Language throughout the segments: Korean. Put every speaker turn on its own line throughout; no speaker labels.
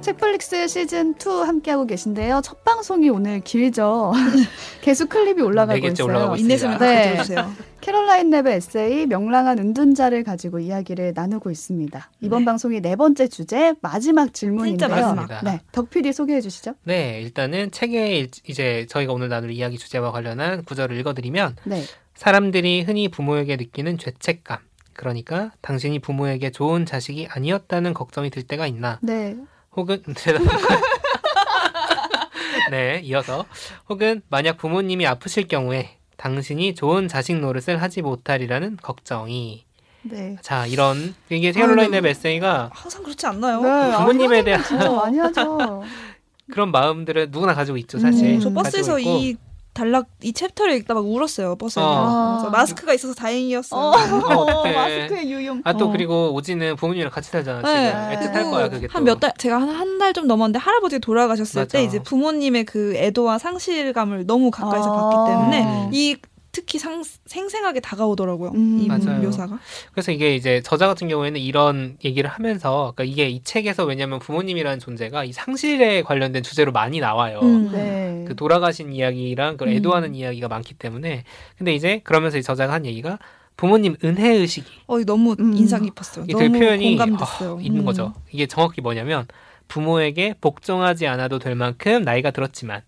책플릭스 시즌 2 함께하고 계신데요. 첫 방송이 오늘 길죠. 계속 클립이 올라가고
개째
있어요.
올라가고 있어요.
인내심을
네.
가져주세요.
캐롤라인 랩의 에세이 명랑한 은둔자를 가지고 이야기를 나누고 있습니다. 이번 방송의 네 번째 주제 마지막 질문인데요.
진짜 마지막.
맞습니다.
네, 덕필이 소개해 주시죠.
네, 일단은 책의 일- 이제 저희가 오늘 나눌 이야기 주제와 관련한 구절을 읽어드리면
네.
사람들이 흔히 부모에게 느끼는 죄책감. 그러니까 당신이 부모에게 좋은 자식이 아니었다는 걱정이 들 때가 있나?
네.
혹은 대답. 네, 이어서 혹은 만약 부모님이 아프실 경우에 당신이 좋은 자식 노릇을 하지 못하리라는 걱정이.
네.
자, 이런 이게 캐롤라인의
아이고. 뭐 네,
메시가
항상 그렇지 않나요?
부모님에 대한
진짜 많이 하죠.
그런 마음들을 누구나 가지고 있죠, 사실.
음,
저
네. 가지고
버스에서
있고.
이 단락 이 챕터를 읽다 막 울었어요 버스에.
어.
그래서 마스크가 있어서 아. 다행이었어요.
어떡해.
유용.
아 또
어.
그리고 오지는 부모님이랑 같이 살잖아
네.
지금 애틋할 거야 그게
한 몇 달 제가 한 한 달 좀 넘었는데 할아버지 돌아가셨을
맞아.
때 이제 부모님의 그 애도와 상실감을 너무 가까이서 봤기 때문에
아.
음.
이 특히 상, 생생하게 다가오더라고요.
음.
이
맞아요.
묘사가.
그래서 이게 이제 저자 같은 경우에는 이런 얘기를 하면서 그러니까 이게 이 책에서 왜냐면 부모님이라는 존재가 이 상실에 관련된 주제로 많이 나와요
음.
네.
그 돌아가신 이야기랑 그
음.
애도하는 이야기가 많기 때문에 근데 이제 그러면서 이 저자가 한 얘기가 부모님 은혜 의식이
어, 너무
음.
인상 깊었어요.
이 되게
너무
표현이
공감됐어요.
어, 있는
음.
거죠 이게 정확히 뭐냐면 부모에게 복종하지 않아도 될 만큼 나이가 들었지만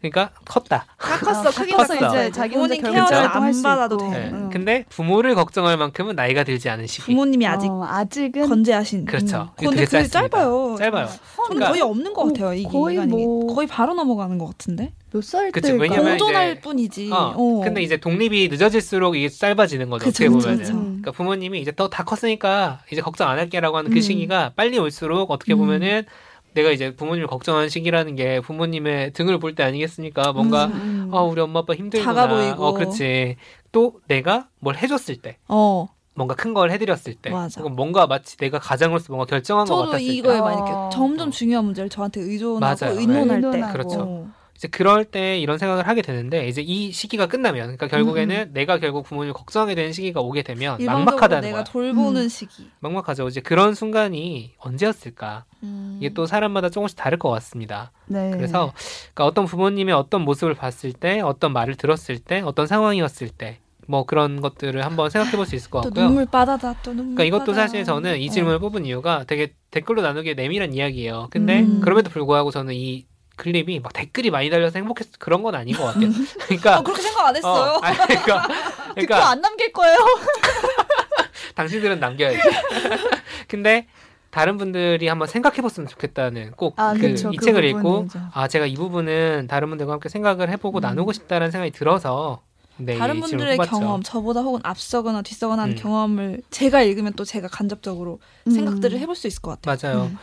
그러니까 컸다
다
컸어,
컸어,
크게
크게
컸어.
컸어.
이제 자기 혼자
부모님
결국
케어를
활동할
안
수
받아도
있고.
돼.
네.
음.
근데 부모를 걱정할 만큼은 나이가 들지 않은 시기
부모님이 아직
어, 아직은
건재하신.
그렇죠. 이게 되게
근데 그게
짧습니다.
짧아요.
짧아요.
저는
그러니까-
거의 없는 것 같아요. 이
거의
기간이
뭐-
거의 바로 넘어가는 것 같은데.
몇 살
그치,
때?
왜냐면
공존할
이제-
뿐이지.
어,
어.
근데 이제 독립이 늦어질수록 이게 짧아지는 거죠.
그렇죠,
그쵸,
어떻게
그쵸,
보면은.
그쵸.
그러니까 부모님이 이제 또 다 컸으니까 이제 걱정 안 할게라고 하는 그
음.
시기가 빨리 올수록 어떻게
음.
보면은 내가 이제 부모님을 걱정하는 시기라는 게 부모님의 등을 볼 때 아니겠습니까? 뭔가
음,
아 우리 엄마 아빠 힘들구나.
작아 보이고.
어 그렇지. 또 내가 뭘 해줬을 때.
어.
뭔가 큰 걸 해드렸을 때,
맞아.
혹은 뭔가 마치 내가 가장으로서 뭔가 결정한 것
저도
같았을
이거에
때,
많이
어.
느껴요. 점점 중요한 문제를 저한테 의존하고
맞아요. 네.
의논할 때.
의논하고.
그렇죠.
어.
이제 그럴 때 이런 생각을 하게 되는데 이제 이 시기가 끝나면, 그러니까 결국에는 내가 결국 부모님을 걱정하게 되는 시기가 오게 되면
음. 일방적으로
아, 막막하다는 거야.
내가 돌보는 시기.
막막하죠. 이제 그런 순간이 언제였을까? 이게
음.
또 사람마다 조금씩 다를 것 같습니다.
네.
그래서 그러니까 어떤 부모님의 어떤 모습을 봤을 때, 어떤 말을 들었을 때, 어떤 상황이었을 때, 뭐 그런 것들을 한번 생각해 볼 수 있을 것
또
같고요.
눈물 바다다 또 눈물.
그러니까 이것도
바다.
사실 저는 이
네.
질문을 뽑은 이유가 되게 댓글로 나누기에 내밀한 이야기예요. 근데
음.
그럼에도 불구하고 저는 이 클립이 막 댓글이 많이 달려서 행복했 그런 건 아닌 것 같아요.
어.
그러니까
어, 그렇게 생각 안 했어요.
어, 아니, 그러니까,
듣고
그러니까
안 남길 거예요.
당신들은 남겨야지. 근데 다른 분들이 한번 생각해봤으면 좋겠다는 꼭 이
아, 그쵸. 그
책을 읽고
부분이죠.
아 제가 이 부분은 다른 분들과 함께 생각을 해보고
음.
나누고 싶다는 생각이 들어서 네,
다른
이 질문을
분들의
뽑았죠.
경험, 저보다 혹은 앞서거나 뒤서거나 하는
음.
경험을 제가 읽으면 또 제가 간접적으로
음.
생각들을 해볼 수 있을 것 같아요.
맞아요.
음.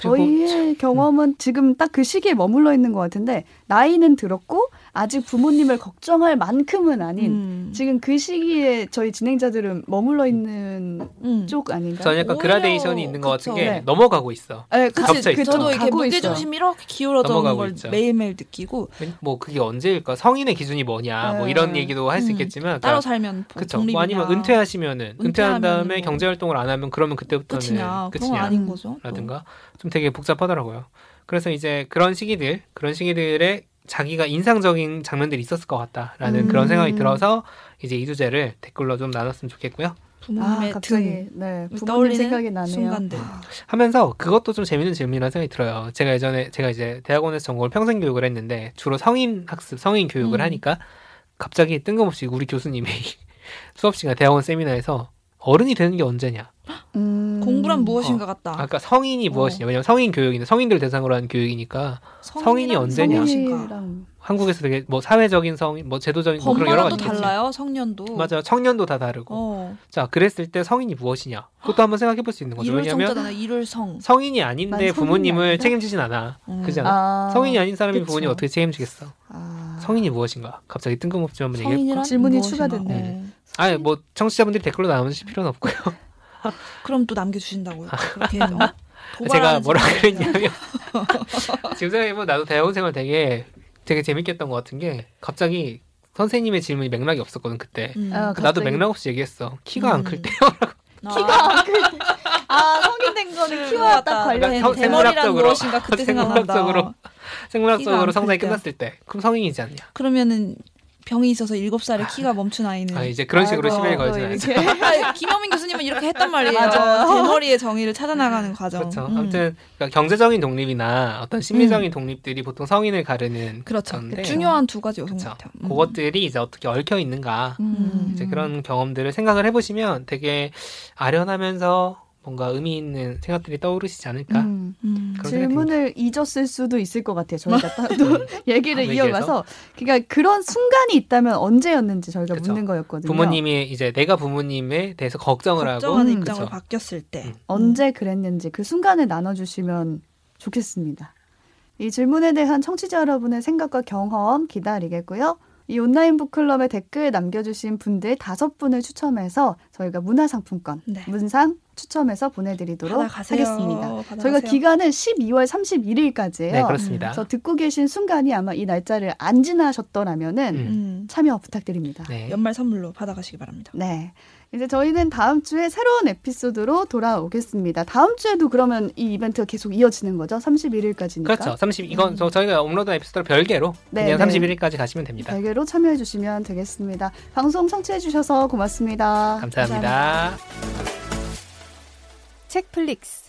그리고
저희의 경험은 지금 딱 그 시기에 머물러 있는 것 같은데 나이는 들었고 아직 부모님을 걱정할 만큼은 아닌
음.
지금 그 시기에 저희 진행자들은 머물러 있는
음.
쪽 아닌가?
저는 약간
오히려-
그라데이션이 있는 것 같은
그쵸.
게
네.
넘어가고 있어.
네, 그치.
갑자기
그쵸.
저도 이렇게
가고
무게
있어요.
중심이 이렇게 기울어져 오는
넘어가고
걸
있죠.
매일매일 느끼고
뭐 그게 언제일까? 성인의 기준이 뭐냐? 뭐
네.
이런 얘기도 할 수
음.
있겠지만
따로 살면 뭐
그렇죠.
독립이냐
뭐 아니면 은퇴하시면은 은퇴한
은퇴하면은
다음에
뭐
경제 활동을 안 하면 그러면 그때부터는
끝이냐 그런 건
끝이냐.
아닌 거죠. 또.
라든가 좀 되게 복잡하더라고요. 그래서 이제 그런 시기들, 그런 시기들의 자기가 인상적인 장면들이 있었을 것 같다라는
음.
그런 생각이 들어서 이제 이 주제를 댓글로 좀 나눴으면 좋겠고요.
아,
부모님의 등 음,
갑자기
음,
네, 부모님
떠올리는
생각이 나네요. 아.
순간들.
하면서 그것도 좀 재밌는 질문이라는 생각이 들어요. 제가 예전에 제가 이제 대학원에서 전공을 평생 교육을 했는데 주로 성인 학습, 성인 교육을
음.
하니까 갑자기 뜬금없이 우리 교수님이 수업 시간 대학원 세미나에서 어른이 되는 게 언제냐?
음.
공부란 무엇인가 같다.
어. 아까 성인이 무엇이냐? 왜냐면 성인 교육인데 성인들 대상으로 하는 교육이니까 성인이 언제냐?
무엇인가.
성인이랑
한국에서 되게 뭐 사회적인 성인, 뭐 제도적인 뭐 그런 여러
번번은
가지
또
있겠지.
달라요. 성년도
맞아요. 청년도 다 다르고.
어,
자, 그랬을 때 성인이 무엇이냐? 그것도 한번 생각해 볼 수 있는 거죠.
일월
왜냐면
성자잖아. 일월 성.
성인이 아닌데
난 성인이
부모님을
아닌데?
책임지진 않아.
음.
그지 않아?
아,
성인이 아닌 사람이
그쵸.
부모님 어떻게 책임지겠어?
아.
성인이 무엇인가? 갑자기 뜬금없지 한번 얘기해.
성인이란
질문이
무엇인가.
추가됐네.
어.
아니, 뭐 청취자분들이 댓글로 남으실 필요는 없고요.
그럼 또 남겨주신다고요. 그렇게 해서 도발하는
제가 뭐라
사람이
그랬냐면 지금 생각해보면 나도 대학원 생활 되게 되게 재밌겠던 것 같은 게 갑자기 선생님의 질문이 맥락이 없었거든 그때.
있잖아. 음.
아,
나도
갑자기-
맥락 없이 얘기했어. 키가 안 클
그
음.
때.
키가
아 성인된
음,
거는 키와
맞다.
딱
그러니까
관련된
성- 생물학적으로. 아,
대머리랑 무엇이
무엇인가 그때 생각난다.
생물학적으로 생물학적으로
안
성장이
클 때.
끝났을 때 그럼 성인이지 않냐?
그러면은 병이 있어서 7살에 키가 멈춘 아이는.
아 이제 그런 식으로
아이고,
시비를
또
걸지 않죠.
이렇게.
아, 김영민 교수님은 이렇게 했단 말이에요.
맞아요.
대머리의 정의를 찾아나가는 과정.
그렇죠.
음.
아무튼 그러니까 경제적인 독립이나 어떤 심리적인 독립들이 보통 성인을 가르는
그렇죠.
건데
중요한 두 가지 요소인
그렇죠.
것 같아요. 음.
그것들이 이제 어떻게 얽혀 있는가
음.
이제 그런 경험들을 생각을 해보시면 되게 아련하면서 뭔가 의미 있는 생각들이 떠오르시지 않을까.
음.
음.
그런 생각이
질문을 잊었을 수도 있을 것 같아요. 저희가 따- 또 얘기를
얘기해서?
이어가서 그러니까 그런 순간이 있다면 언제였는지 저희가
그쵸.
묻는 거였거든요.
부모님이 이제 내가 부모님에 대해서 걱정을 하고
걱정하는
음,
입장으로
그쵸.
바뀌었을 때
음.
언제 그랬는지 그 순간을 나눠주시면 좋겠습니다. 이 질문에 대한 청취자 여러분의 생각과 경험 기다리겠고요. 이 온라인 북클럽에 댓글 남겨주신 분들 다섯 분을 추첨해서 저희가 문화상품권,
네.
문상 추첨해서 보내드리도록
받아가세요.
하겠습니다.
받아가세요.
저희가 기간은 12월 31일까지예요.
네 그렇습니다.
음.
그래서 듣고 계신 순간이 아마 이 날짜를 안 지나셨더라면은
음.
음.
참여 부탁드립니다.
네.
연말 선물로 받아가시기 바랍니다.
네. 이제 저희는 다음 주에 새로운 에피소드로 돌아오겠습니다. 다음 주에도 그러면 이 이벤트가 계속 이어지는 거죠? 31일까지니까.
그렇죠. 30
음.
이건 저- 저희가 업로드한 에피소드 별개로
네,
그냥
네.
31일까지 가시면
네,
됩니다.
대개로 참여해 주시면 되겠습니다. 방송 청취해 주셔서 고맙습니다.
감사합니다.
책플릭스